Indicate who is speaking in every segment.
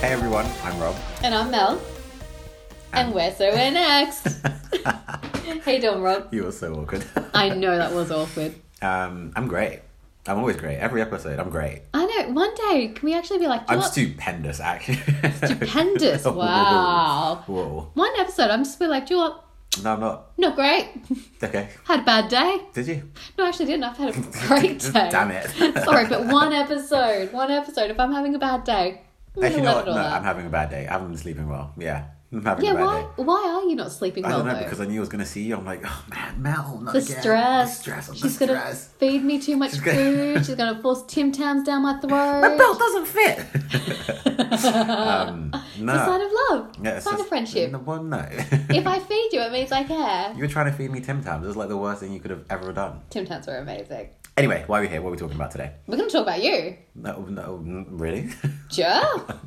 Speaker 1: Hey everyone, I'm Rob.
Speaker 2: And I'm Mel. And we're So We're Next. hey, Don Rob.
Speaker 1: You were so awkward.
Speaker 2: I know that was awkward.
Speaker 1: um, I'm great. I'm always great. Every episode, I'm great.
Speaker 2: I know. One day, can we actually be like,
Speaker 1: I'm
Speaker 2: "You know what?
Speaker 1: stupendous, actually.
Speaker 2: Stupendous.
Speaker 1: Whoa.
Speaker 2: Wow.
Speaker 1: Whoa.
Speaker 2: one episode, I'm just be like, do you want?
Speaker 1: No, I'm not.
Speaker 2: Not great.
Speaker 1: Okay.
Speaker 2: Had a bad day.
Speaker 1: Did you?
Speaker 2: No, I actually didn't. I've had a great day.
Speaker 1: Damn it.
Speaker 2: Sorry, but one episode, one episode. If I'm having a bad day, I'm gonna
Speaker 1: Actually, you know what?
Speaker 2: let it all
Speaker 1: No,
Speaker 2: out.
Speaker 1: I'm having a bad day. I haven't been sleeping well. Yeah. I'm having
Speaker 2: yeah,
Speaker 1: a bad
Speaker 2: why?
Speaker 1: day.
Speaker 2: Why are you not sleeping
Speaker 1: I
Speaker 2: well
Speaker 1: don't know
Speaker 2: though?
Speaker 1: because I knew I was going to see you. I'm like, oh man, Mel, not
Speaker 2: the
Speaker 1: again.
Speaker 2: stress.
Speaker 1: The stress. The
Speaker 2: She's gonna
Speaker 1: stress.
Speaker 2: feed me too much
Speaker 1: She's gonna-
Speaker 2: food. She's gonna force Tim Tams down my throat.
Speaker 1: My belt doesn't fit. um, no.
Speaker 2: It's a sign of love.
Speaker 1: Yeah,
Speaker 2: sign
Speaker 1: just-
Speaker 2: of friendship.
Speaker 1: No, well, no.
Speaker 2: If I feed you, it means I care.
Speaker 1: you were trying to feed me Tim Tams. It was like the worst thing you could have ever done.
Speaker 2: Tim Tams were amazing.
Speaker 1: Anyway, why are we here? What are we talking about today?
Speaker 2: We're going to talk about you.
Speaker 1: No, no, mm, really?
Speaker 2: Sure.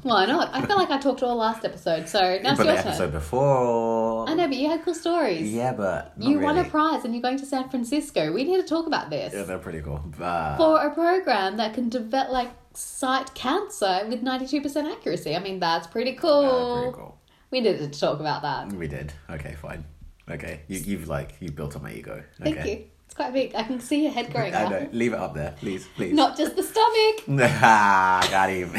Speaker 2: Why not? I feel like I talked all last episode, so now
Speaker 1: but
Speaker 2: it's
Speaker 1: the
Speaker 2: your
Speaker 1: episode
Speaker 2: turn.
Speaker 1: before.
Speaker 2: I know, but you had cool stories.
Speaker 1: Yeah, but not
Speaker 2: you won a
Speaker 1: really.
Speaker 2: prize and you're going to San Francisco. We need to talk about this.
Speaker 1: Yeah, they're pretty cool. Uh,
Speaker 2: For a program that can develop, like, sight cancer with 92% accuracy. I mean, that's pretty cool.
Speaker 1: uh, pretty cool.
Speaker 2: We needed to talk about that.
Speaker 1: We did. Okay, fine. Okay, you, you've like you built up my ego. Okay.
Speaker 2: Thank you. It's quite big. I can see your head growing
Speaker 1: I
Speaker 2: up.
Speaker 1: know. Leave it up there, please, please.
Speaker 2: Not just the stomach.
Speaker 1: Ah, got him.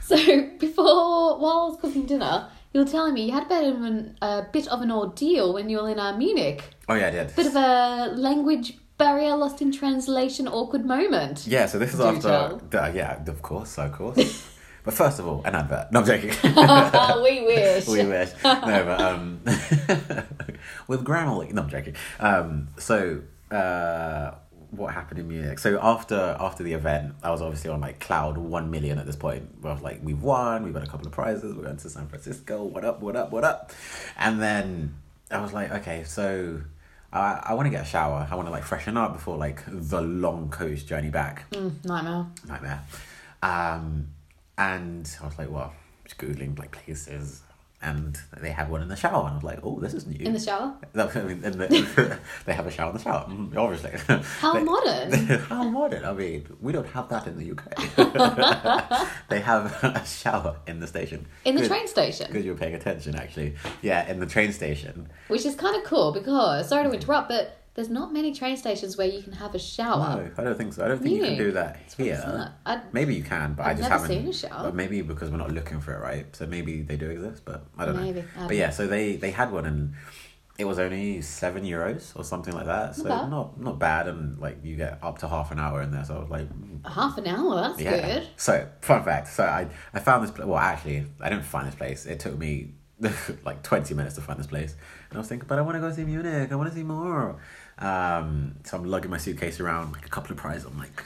Speaker 2: So before, while I was cooking dinner, you were telling me you had a bit of an, a bit of an ordeal when you were in uh, Munich.
Speaker 1: oh yeah, I did.
Speaker 2: Bit of a language barrier, lost in translation, awkward moment.
Speaker 1: Yeah, so this is
Speaker 2: Do
Speaker 1: after. Duh, yeah, of course, of course. but first of all, an advert. No, I'm joking.
Speaker 2: we wish.
Speaker 1: we wish. No, but um, with Grammarly. No, I'm joking. Um, so uh, what happened in Munich? So after after the event, I was obviously on like cloud one million at this point. I was like, we've won. We've got a couple of prizes. We're going to San Francisco. What up? What up? What up? And then I was like, okay, so. I, I want to get a shower. I want to like freshen up before like the long coast journey back
Speaker 2: Mm, nightmare.
Speaker 1: nightmare. Um, and I was like, well, just googling like places, and they had one in the shower, and I was like, oh, this is new.
Speaker 2: In the shower.
Speaker 1: No, I mean, in the, they have a shower in the shower, mm, obviously.
Speaker 2: How modern.
Speaker 1: How modern! I mean, we don't have that in the UK. they have a shower in the station.
Speaker 2: In the
Speaker 1: Good-
Speaker 2: train station,
Speaker 1: Good, you were paying attention, actually. Yeah, in the train station.
Speaker 2: which is kind of cool because
Speaker 1: Mm-hmm.
Speaker 2: sorry to interrupt, but there's not many train stations where you can have a shower.
Speaker 1: No, I don't think so. I don't think you can
Speaker 2: Really?
Speaker 1: do that
Speaker 2: It's
Speaker 1: here.
Speaker 2: not- I,
Speaker 1: Maybe you can, but i
Speaker 2: I've
Speaker 1: just
Speaker 2: never
Speaker 1: haven't.
Speaker 2: seen a shower.
Speaker 1: But maybe because we're not looking for it, right? So maybe they do exist, but I don't
Speaker 2: Maybe,
Speaker 1: know.
Speaker 2: I
Speaker 1: But
Speaker 2: don't
Speaker 1: yeah, so they they had one and it was only seven euros or something like that. So
Speaker 2: bad.
Speaker 1: not not bad, and like you get up to half an hour in there. So I was like, mm,
Speaker 2: uh, half an hour. That's
Speaker 1: yeah.
Speaker 2: good.
Speaker 1: So fun fact. So I I found this. Pla- well, actually, I didn't find this place. It took me like twenty minutes to find this place, and I was thinking, but I want to go see Munich. I want to see more. Um, so I'm lugging my suitcase around like a couple of prizes. I'm like.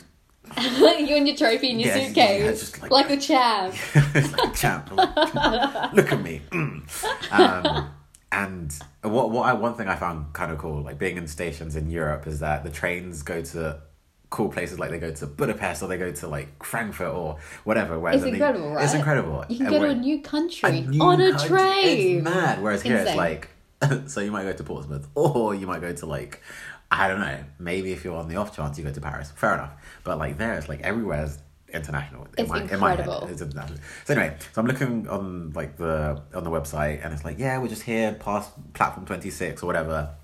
Speaker 2: you and your trophy in your
Speaker 1: Yeah, yeah,
Speaker 2: suitcase,
Speaker 1: just like-
Speaker 2: like, a champ.
Speaker 1: it's like champ. Look at me. Mm. Um, and what what I one thing I found kind of cool, like being in stations in Europe, is that the trains go to cool places like they go to Budapest or they go to like Frankfurt or whatever. Where
Speaker 2: It's
Speaker 1: then they-
Speaker 2: incredible, right?
Speaker 1: It's incredible.
Speaker 2: You can
Speaker 1: And
Speaker 2: go to
Speaker 1: where-
Speaker 2: a new country
Speaker 1: a new
Speaker 2: on a
Speaker 1: country.
Speaker 2: train.
Speaker 1: It's mad. Whereas here it's
Speaker 2: Insane.
Speaker 1: like, so you might go to Portsmouth or you might go to like, I don't know, maybe if you're on the off chance you go to Paris. Fair enough. But like there, it's like everywhere is international. in
Speaker 2: It's
Speaker 1: my- in my head,
Speaker 2: incredible.
Speaker 1: it's international. So anyway, so I'm looking on like the on the website and it's like, yeah, we're just here past platform 26 or whatever.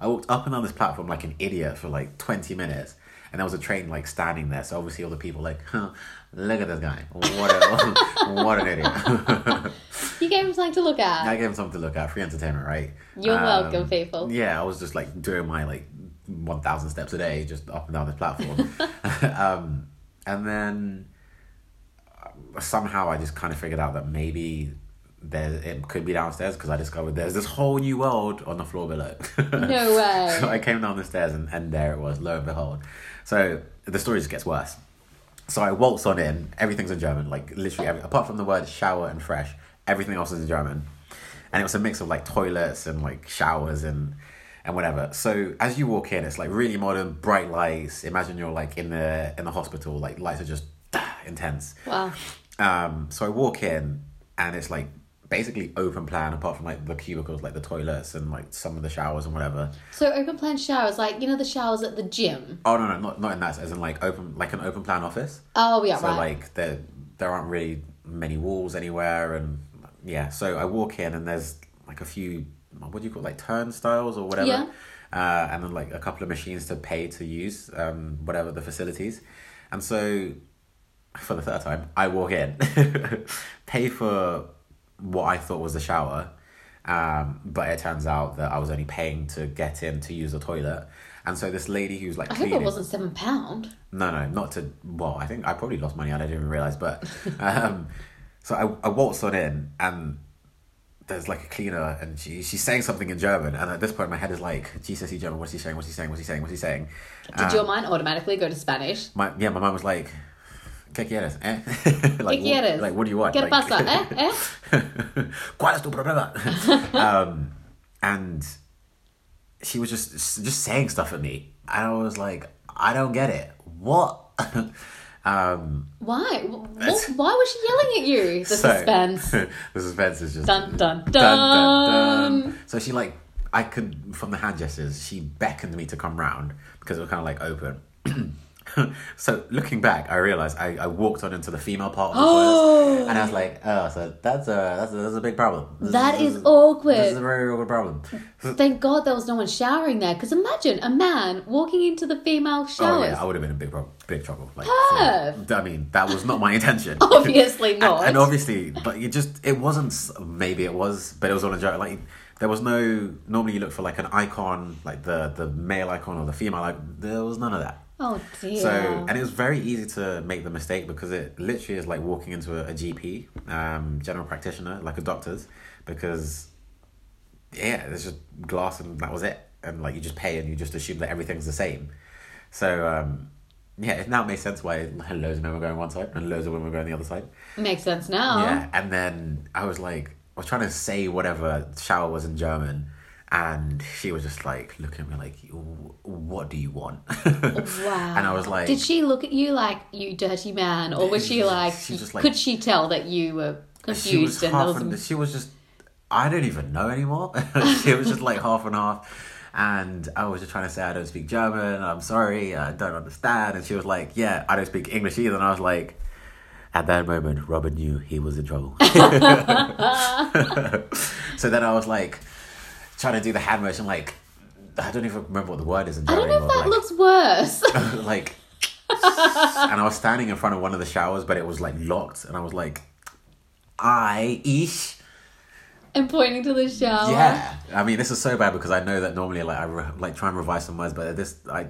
Speaker 1: I walked up and down this platform like an idiot for like 20 minutes. And there was a train like standing there, so obviously all the people like, huh, look at this guy, what a, what an idiot.
Speaker 2: You gave him something to look at.
Speaker 1: I gave him something to look at. Free entertainment, right?
Speaker 2: You're welcome, people.
Speaker 1: um, Yeah, I was just like doing my like one thousand steps a day, just up and down this platform, um, and then uh, somehow I just kind of figured out that maybe there it could be downstairs because I discovered there's this whole new world on the floor below.
Speaker 2: No way.
Speaker 1: so I came down the stairs and, and there it was. Lo and behold, so the story just gets worse. So I waltz on in. Everything's in German, like literally every, apart from the word shower and fresh, everything else is in German. And it was a mix of like toilets and like showers and and whatever. So as you walk in, it's like really modern, bright lights. Imagine you're like in the in the hospital, like lights are just intense.
Speaker 2: Wow.
Speaker 1: Um, so I walk in and it's like basically open plan apart from like the cubicles, like the toilets and like some of the showers and whatever.
Speaker 2: So open plan showers, like you know the showers at the gym.
Speaker 1: Oh no no not not in that as in like open like an open plan office.
Speaker 2: Oh yeah,
Speaker 1: So
Speaker 2: right.
Speaker 1: like the there aren't really many walls anywhere, and yeah. So I walk in and there's like a few what do you call it, like turnstiles or whatever,
Speaker 2: Yeah.
Speaker 1: uh, and then like a couple of machines to pay to use um, whatever the facilities, and so for the third time, I walk in, pay for what I thought was the shower, um, but it turns out that I was only paying to get in to use the toilet. And so this lady who's like
Speaker 2: I hope it
Speaker 1: cleaning,
Speaker 2: wasn't seven pound.
Speaker 1: no, no, not to. Well, I think I probably lost money. and I didn't even realize, but um, so I, I waltzed on in, and there's like a cleaner, and she she's saying something in German, and at this point my head is like, Jesus, he German. What's he saying? What's he saying? What's he saying? What's he saying? Ah.
Speaker 2: Did your mind automatically go to Spanish?
Speaker 1: My yeah, my mum was like, ¿Qué quieres? Eh? like,
Speaker 2: ¿Qué
Speaker 1: what-
Speaker 2: quieres?
Speaker 1: like, what do you want? like,
Speaker 2: ¿Qué pasa? Eh? Eh?
Speaker 1: ¿Cuál es tu problema? um, and she was just just saying stuff at me, and I was like, I don't get it. What? um,
Speaker 2: Why? Wh- wh- why was she yelling at you? The
Speaker 1: so-
Speaker 2: suspense.
Speaker 1: the suspense is just
Speaker 2: Dun, dun, dun.
Speaker 1: So she like I could from the hand gestures, she beckoned me to come round because it was kind of like open. so looking back, I realized I, I walked on into the female part of the toilet, and I was like, oh, so that's a that's a, that's a big problem. This,
Speaker 2: That
Speaker 1: this
Speaker 2: is awkward.
Speaker 1: This is a very awkward problem.
Speaker 2: Thank God there was no one showering there. Because imagine a man walking into the female
Speaker 1: Oh
Speaker 2: showers.
Speaker 1: yeah, I would have been in big problem, big trouble. Like,
Speaker 2: Perv.
Speaker 1: for- I mean, that was not my intention.
Speaker 2: Obviously
Speaker 1: and,
Speaker 2: not.
Speaker 1: and obviously, but it just it wasn't. s- Maybe it was, but it was all a joke. Like there was no. Normally, you look for like an icon, like the the male icon or the female. Like there was none of that.
Speaker 2: oh dear.
Speaker 1: So and it was very easy to make the mistake because it literally is like walking into a, a GP, um, general practitioner, like a doctor's, because yeah, there's just glass and that was it, and like you just pay and you just assume that everything's the same. So um, yeah, it now makes sense why loads of men were going one side and loads of women were going the other side.
Speaker 2: Makes sense now.
Speaker 1: Yeah, and then I was like, I was trying to say whatever shower was in German, and she was just like looking at me like, "Wh- "What do you want?"
Speaker 2: Wow.
Speaker 1: And I was like,
Speaker 2: Did she look at you like you dirty man, or was she like?
Speaker 1: She was just like-
Speaker 2: could she tell that you were confused
Speaker 1: she was
Speaker 2: and
Speaker 1: half
Speaker 2: there was?
Speaker 1: and she was just I don't even know anymore. she was just like half and half. And I was just trying to say I don't speak German. I'm sorry, I don't understand. And she was like, "Yeah, I don't speak English either." And I was like, at that moment, Robin knew he was in trouble. so then I was like, trying to do the hand motion, like I don't even remember what the word is in
Speaker 2: I
Speaker 1: German.
Speaker 2: don't know if
Speaker 1: anymore,
Speaker 2: that looks worse.
Speaker 1: like, like, and I was standing in front of one of the showers, but it was like locked, and I was like, I ish.
Speaker 2: and pointing to the shower.
Speaker 1: Yeah, I mean, this is so bad because I know that normally, like, I re- like try and revise some words, but this, I,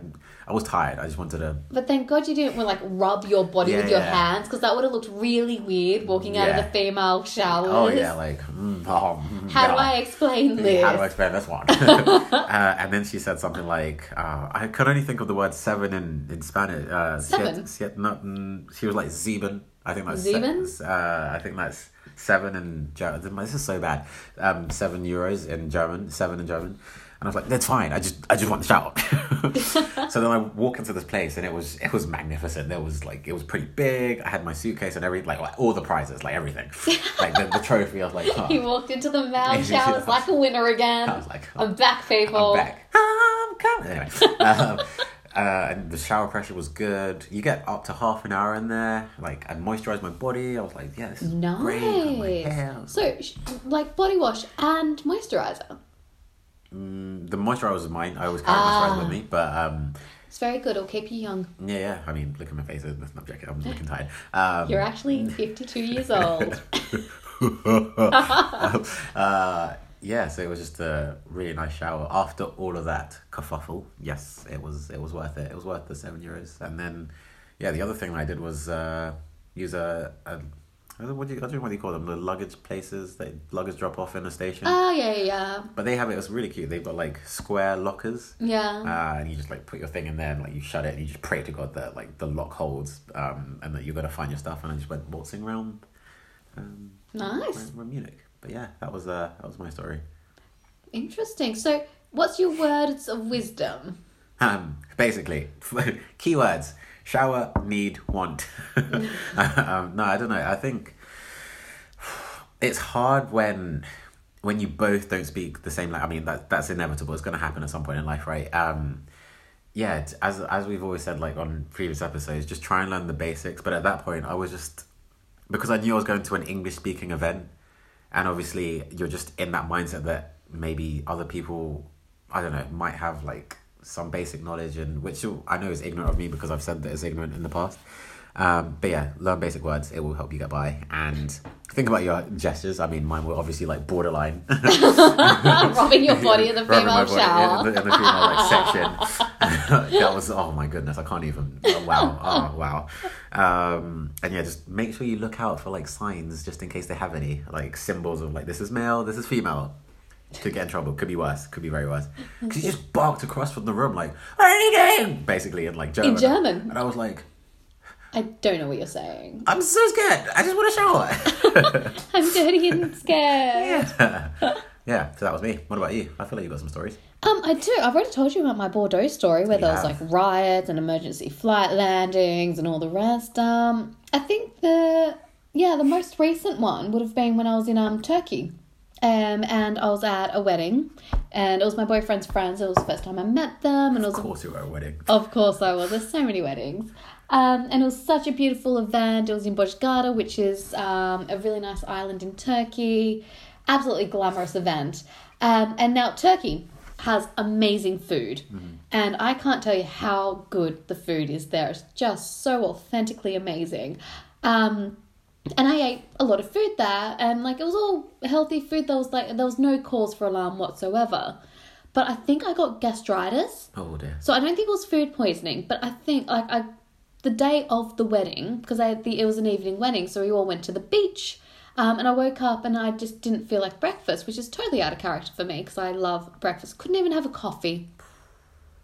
Speaker 1: I was tired. I just wanted to.
Speaker 2: But thank God you didn't well, like rub your body
Speaker 1: Yeah,
Speaker 2: with your
Speaker 1: yeah.
Speaker 2: hands because that would have looked really weird walking out of
Speaker 1: Yeah.
Speaker 2: the female showers.
Speaker 1: Oh yeah, like, mm, oh, mm,
Speaker 2: How do
Speaker 1: yeah.
Speaker 2: I explain this?
Speaker 1: How do I explain this one? uh, and then she said something like, uh, I could only think of the word seven in, in Spanish. Uh,
Speaker 2: Seven?
Speaker 1: Siete, siete, no, mm, she was like, Zeben. I think that's se-
Speaker 2: Sieben?
Speaker 1: uh, I think that's seven in German. This is so bad. Um, seven euros in German, seven in German. And I was like, that's fine. I just, I just want the shout. so then I walk into this place, and it was, it was magnificent. There was like, it was pretty big. I had my suitcase and everything, like, all the prizes, like everything, like the, the trophy. I was like, oh.
Speaker 2: He walked into the male
Speaker 1: Yeah.
Speaker 2: showers like a winner again.
Speaker 1: I was like, "Oh."
Speaker 2: I'm back, people.
Speaker 1: I'm back. I'm coming. Anyway, um, uh, and the shower pressure was good. You get up to half an hour in there. Like I moisturized my body. I was like, yeah, this is great. I cut my hair. I
Speaker 2: Nice.
Speaker 1: was-
Speaker 2: So, sh- like body wash and moisturizer.
Speaker 1: The moisturizer was mine. I always carry moisturizer with me, but um,
Speaker 2: It's very good. It'll keep you young.
Speaker 1: yeah, yeah. I mean, look at my face. There's nothing objective. I'm looking tired. Um,
Speaker 2: You're actually 52 years old.
Speaker 1: uh, yeah, so it was just a really nice shower. After all of that kerfuffle, yes, it was it was worth it. It was worth the seven euros. And then, yeah, the other thing I did was uh, use a, a I don't- what do you, I don't know what do you call them the luggage places that luggage drop off in the station.
Speaker 2: oh yeah, yeah, yeah,
Speaker 1: but they have it. It's really cute. They've got like square lockers.
Speaker 2: yeah.
Speaker 1: Uh, and you just like put your thing in there and like you shut it and you just pray to God that like the lock holds um, and that you're gonna find your stuff and I just went waltzing around um,
Speaker 2: nice,
Speaker 1: from, from Munich. But yeah, that was uh, that was my story.
Speaker 2: interesting. So, what's your words of wisdom?
Speaker 1: Um, basically, keywords: shower, need, want. um, no, I don't know. I think it's hard when when you both don't speak the same. Like, I mean, that that's inevitable. It's going to happen at some point in life, right? Um, yeah, t- as as we've always said, like on previous episodes, just try and learn the basics. But at that point, I was just because I knew I was going to an English speaking event, and obviously you're just in that mindset that maybe other people, I don't know, might have like some basic knowledge and which I know is ignorant of me because I've said that it's ignorant in the past. Um, but yeah, learn basic words. It will help you get by. And think about your gestures. I mean, mine were obviously like borderline.
Speaker 2: Rubbing your body in the
Speaker 1: Rubbing my
Speaker 2: female
Speaker 1: body
Speaker 2: shower.
Speaker 1: In, the, in the female like, section. that was oh my goodness, I can't even. oh, wow, oh wow. Um, and yeah, just make sure you look out for like signs, just in case they have any like symbols of like this is male, this is female. Could get in trouble. Could be worse. Could be very worse.
Speaker 2: Mm.
Speaker 1: Because he just barked across from the room like "Anything!" basically in like German.
Speaker 2: German?
Speaker 1: And I was like,
Speaker 2: I don't know what you're saying.
Speaker 1: I'm so scared. I just want to shower.
Speaker 2: I'm dirty and scared.
Speaker 1: yeah. yeah. So that was me. What about you? I feel like you got some stories.
Speaker 2: Um, I do. I've already told you about my Bordeaux story where there was
Speaker 1: have.
Speaker 2: like riots and emergency flight landings and all the rest. Um, I think the yeah the most recent one would have been when I was in um Turkey, um, and I was at a wedding, and it was my boyfriend's friends. It was the first time I met them, and it was
Speaker 1: Of course, you were at a wedding.
Speaker 2: of course I was. There's so many weddings. Um, and it was such a beautiful event. It was in Bozkırı, which is um, a really nice island in Turkey. Absolutely glamorous event. Um, and now Turkey has amazing food. And I can't tell you how good the food is there. It's just so authentically amazing. Um, and I ate a lot of food there, and like it was all healthy food. There was like there was no cause for alarm whatsoever. But I think I got gastritis.
Speaker 1: Oh dear.
Speaker 2: So I don't think it was food poisoning, but I think like I, the day of the wedding because I the, it was an evening wedding, so we all went to the beach, um, and I woke up and I just didn't feel like breakfast, which is totally out of character for me because I love breakfast. Couldn't even have a coffee.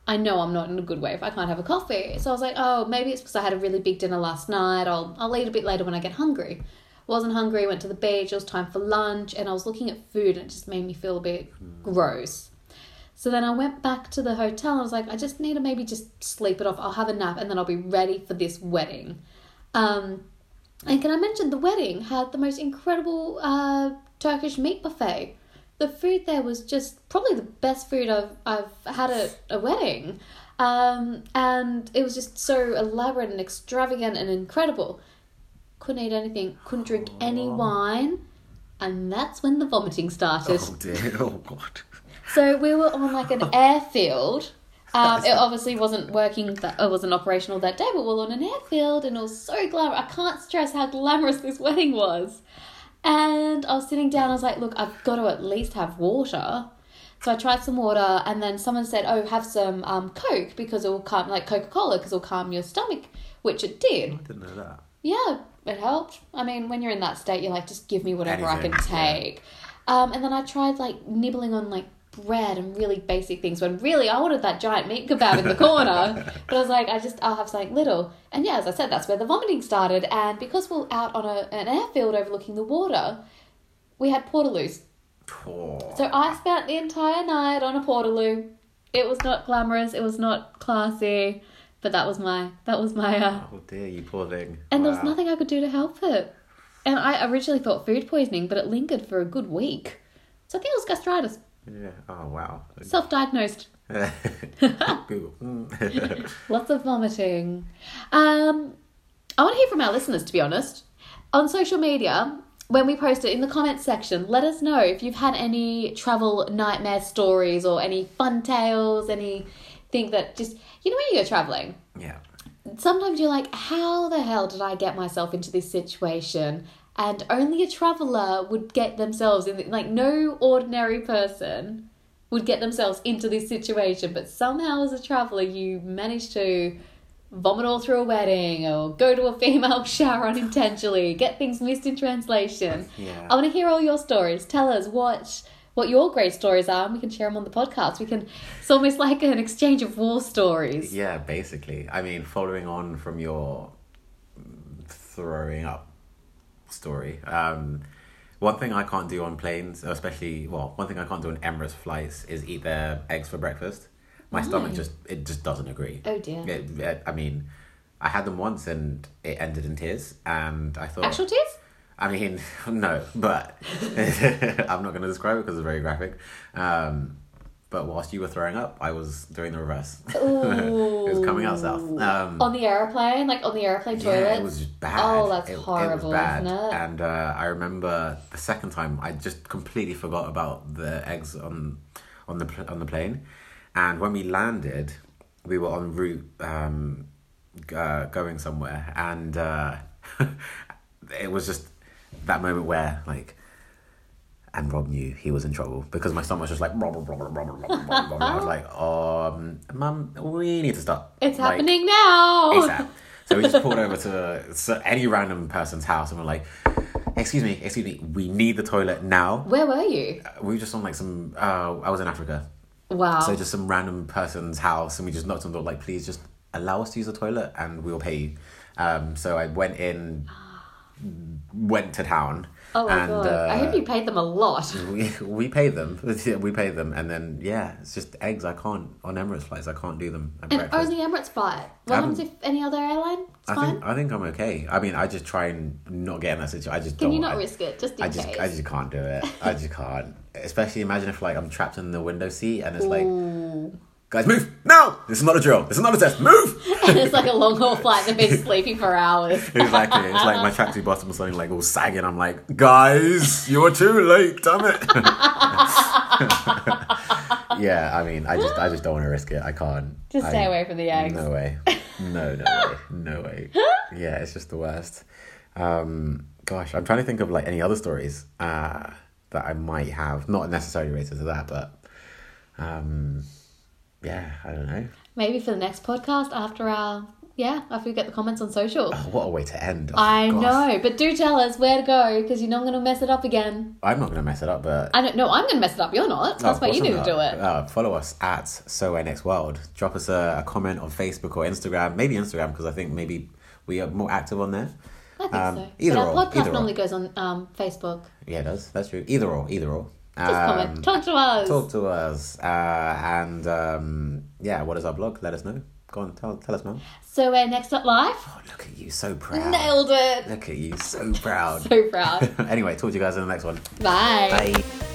Speaker 2: I know I'm not in a good way if I can't have a coffee. So I was like, oh, maybe it's because I had a really big dinner last night. I'll I'll eat a bit later when I get hungry. Wasn't hungry. Went to the beach. It was time for lunch, and I was looking at food, and it just made me feel a bit gross. So then I went back to the hotel. I was like, I just need to maybe just sleep it off. I'll have a nap and then I'll be ready for this wedding. Um, and can I mention the wedding had the most incredible uh, Turkish meat buffet? The food there was just probably the best food I've, I've had at a wedding. Um, and it was just so elaborate and extravagant and incredible. Couldn't eat anything, couldn't drink any wine. And that's when the vomiting started.
Speaker 1: Oh dear. Oh god.
Speaker 2: So we were on like an airfield. Um, it obviously wasn't working. That it wasn't operational that day, but we were on an airfield, and it was so glamorous. I can't stress how glamorous this wedding was. And I was sitting down. I was like, "Look, I've got to at least have water." So I tried some water, and then someone said, "Oh, have some um, Coke because it will calm, like Coca Cola, because it will calm your stomach," which it did.
Speaker 1: I didn't know that.
Speaker 2: Yeah, it helped. I mean, when you're in that state, you're like, just give me whatever I can
Speaker 1: Anything, yeah.
Speaker 2: take. Um, and then I tried like nibbling on like bread and really basic things when really I wanted that giant meat kebab in the corner. but I was like, I just, I'll have something little. And yeah, as I said, that's where the vomiting started. And because we're out on a, an airfield overlooking the water, we had portaloos.
Speaker 1: Poor.
Speaker 2: So I spent the entire night on a portaloo. It was not glamorous. It was not classy. But that was my, that was my, uh,
Speaker 1: Oh dear, you poor thing.
Speaker 2: and there
Speaker 1: Wow.
Speaker 2: was nothing I could do to help it. And I originally thought food poisoning, but it lingered for a good week. So I think it was gastritis,
Speaker 1: Yeah. Oh wow.
Speaker 2: self diagnosed.
Speaker 1: Google. Mm.
Speaker 2: Lots of vomiting. Um, I want to hear from our listeners, to be honest. On social media, when we post it in the comments section, let us know if you've had any travel nightmare stories or any fun tales, anything that just, you know, when you go traveling,
Speaker 1: yeah.
Speaker 2: sometimes you're like, how the hell did I get myself into this situation? And only a traveler would get themselves in, like, no ordinary person would get themselves into this situation. But somehow, as a traveler, you manage to vomit all through a wedding or go to a female shower unintentionally, get things missed in translation.
Speaker 1: Yeah.
Speaker 2: I want to hear all your stories. Tell us what what your great stories are, and we can share them on the podcast. We can. It's almost like an exchange of war stories.
Speaker 1: Yeah. Basically, I mean, following on from your throwing up story. Um, one thing I can't do on planes, especially well, one thing I can't do on Emirates flights is eat their eggs for breakfast. My stomach just it just doesn't agree.
Speaker 2: Oh dear.
Speaker 1: It, it- I mean, I had them once and it ended in tears, and I thought
Speaker 2: Actual tears?
Speaker 1: I mean, no, but I'm not going to describe it because it's very graphic. Um, But whilst you were throwing up, I was doing the reverse.
Speaker 2: Ooh.
Speaker 1: it was coming out south. Um,
Speaker 2: on the airplane, like on the airplane toilet.
Speaker 1: yeah, it was just bad.
Speaker 2: Oh, that's
Speaker 1: It- it was
Speaker 2: horrible,
Speaker 1: bad.
Speaker 2: isn't it?
Speaker 1: And uh, I remember the second time, I just completely forgot about the eggs on on the pl- on the plane. And when we landed, we were en route um, g- uh, going somewhere, and uh, it was just that moment where like. And Rob knew he was in trouble because my stomach was just like, blah, blah, blah, blah, blah, blah, blah, blah, blah. I was like, um, mum, we need to stop.
Speaker 2: It's
Speaker 1: Like,
Speaker 2: happening now.
Speaker 1: ASAP. So we just pulled over to s- any random person's house and we're like, excuse me, excuse me, we need the toilet now.
Speaker 2: Where were you?
Speaker 1: We were just on like some, uh, I was in Africa.
Speaker 2: Wow.
Speaker 1: So just some random person's house and we just knocked on the door like, please just allow us to use the toilet and we'll pay you. Um, so I went in, went to town.
Speaker 2: oh my
Speaker 1: and, uh,
Speaker 2: god. I hope you paid them a lot.
Speaker 1: we, we pay them. We pay them. And then, yeah, it's just eggs. I can't, on Emirates flights, I can't do them. at
Speaker 2: And
Speaker 1: breakfast.
Speaker 2: only Emirates flight. What happens if any other airline? It's
Speaker 1: Um, I
Speaker 2: fine.
Speaker 1: think I think I'm okay. I mean, I just try and not get in that situation. I just
Speaker 2: Can
Speaker 1: don't.
Speaker 2: you not
Speaker 1: I,
Speaker 2: risk it just in
Speaker 1: I just
Speaker 2: case?
Speaker 1: I just can't do it. I just can't. Especially imagine if like I'm trapped in the window seat and it's like,
Speaker 2: Ooh.
Speaker 1: guys, move now. This is not a drill. This is not a test. Move.
Speaker 2: and it's like a long haul flight. They've been sleeping for hours.
Speaker 1: exactly. It's like my tracksuit bottom was suddenly like all sagging. I'm like, guys, you're too late. Damn it. yeah, I mean, I just I just don't want to risk it. I can't.
Speaker 2: Just stay
Speaker 1: I-
Speaker 2: away from the eggs.
Speaker 1: No way. No, no way. No way. Yeah, it's just the worst. Um, gosh, I'm trying to think of like any other stories uh, that I might have, not necessarily related to that, but um, yeah, I don't know.
Speaker 2: Maybe for the next podcast after our yeah, after we get the comments on social.
Speaker 1: Oh, what a way to end. Oh,
Speaker 2: I
Speaker 1: gosh.
Speaker 2: know, but do tell us where to go because you know I'm going to mess it up again.
Speaker 1: I'm not gonna mess it up, but
Speaker 2: I don't know. I'm going to mess it up. You're not. That's why
Speaker 1: of
Speaker 2: you
Speaker 1: course
Speaker 2: need
Speaker 1: I'm
Speaker 2: to do
Speaker 1: not.
Speaker 2: it.
Speaker 1: Uh, follow us at So NX World. Drop us a, a comment on Facebook or Instagram, maybe Instagram because I think maybe we are more active on there.
Speaker 2: I think
Speaker 1: um,
Speaker 2: so.
Speaker 1: either
Speaker 2: but our
Speaker 1: or,
Speaker 2: podcast
Speaker 1: either or.
Speaker 2: normally goes on um, Facebook.
Speaker 1: Yeah, it does. That's true. Either or, either or.
Speaker 2: Just
Speaker 1: Um,
Speaker 2: comment. Talk to us.
Speaker 1: Talk to us, uh, and um, yeah, what is our blog? Let us know. Go on, tell tell us, man.
Speaker 2: So uh, next up live.
Speaker 1: Oh, look at you, so proud.
Speaker 2: Nailed it.
Speaker 1: Look at you, so proud.
Speaker 2: So proud.
Speaker 1: anyway, talk to you guys in the next one.
Speaker 2: Bye.
Speaker 1: Bye.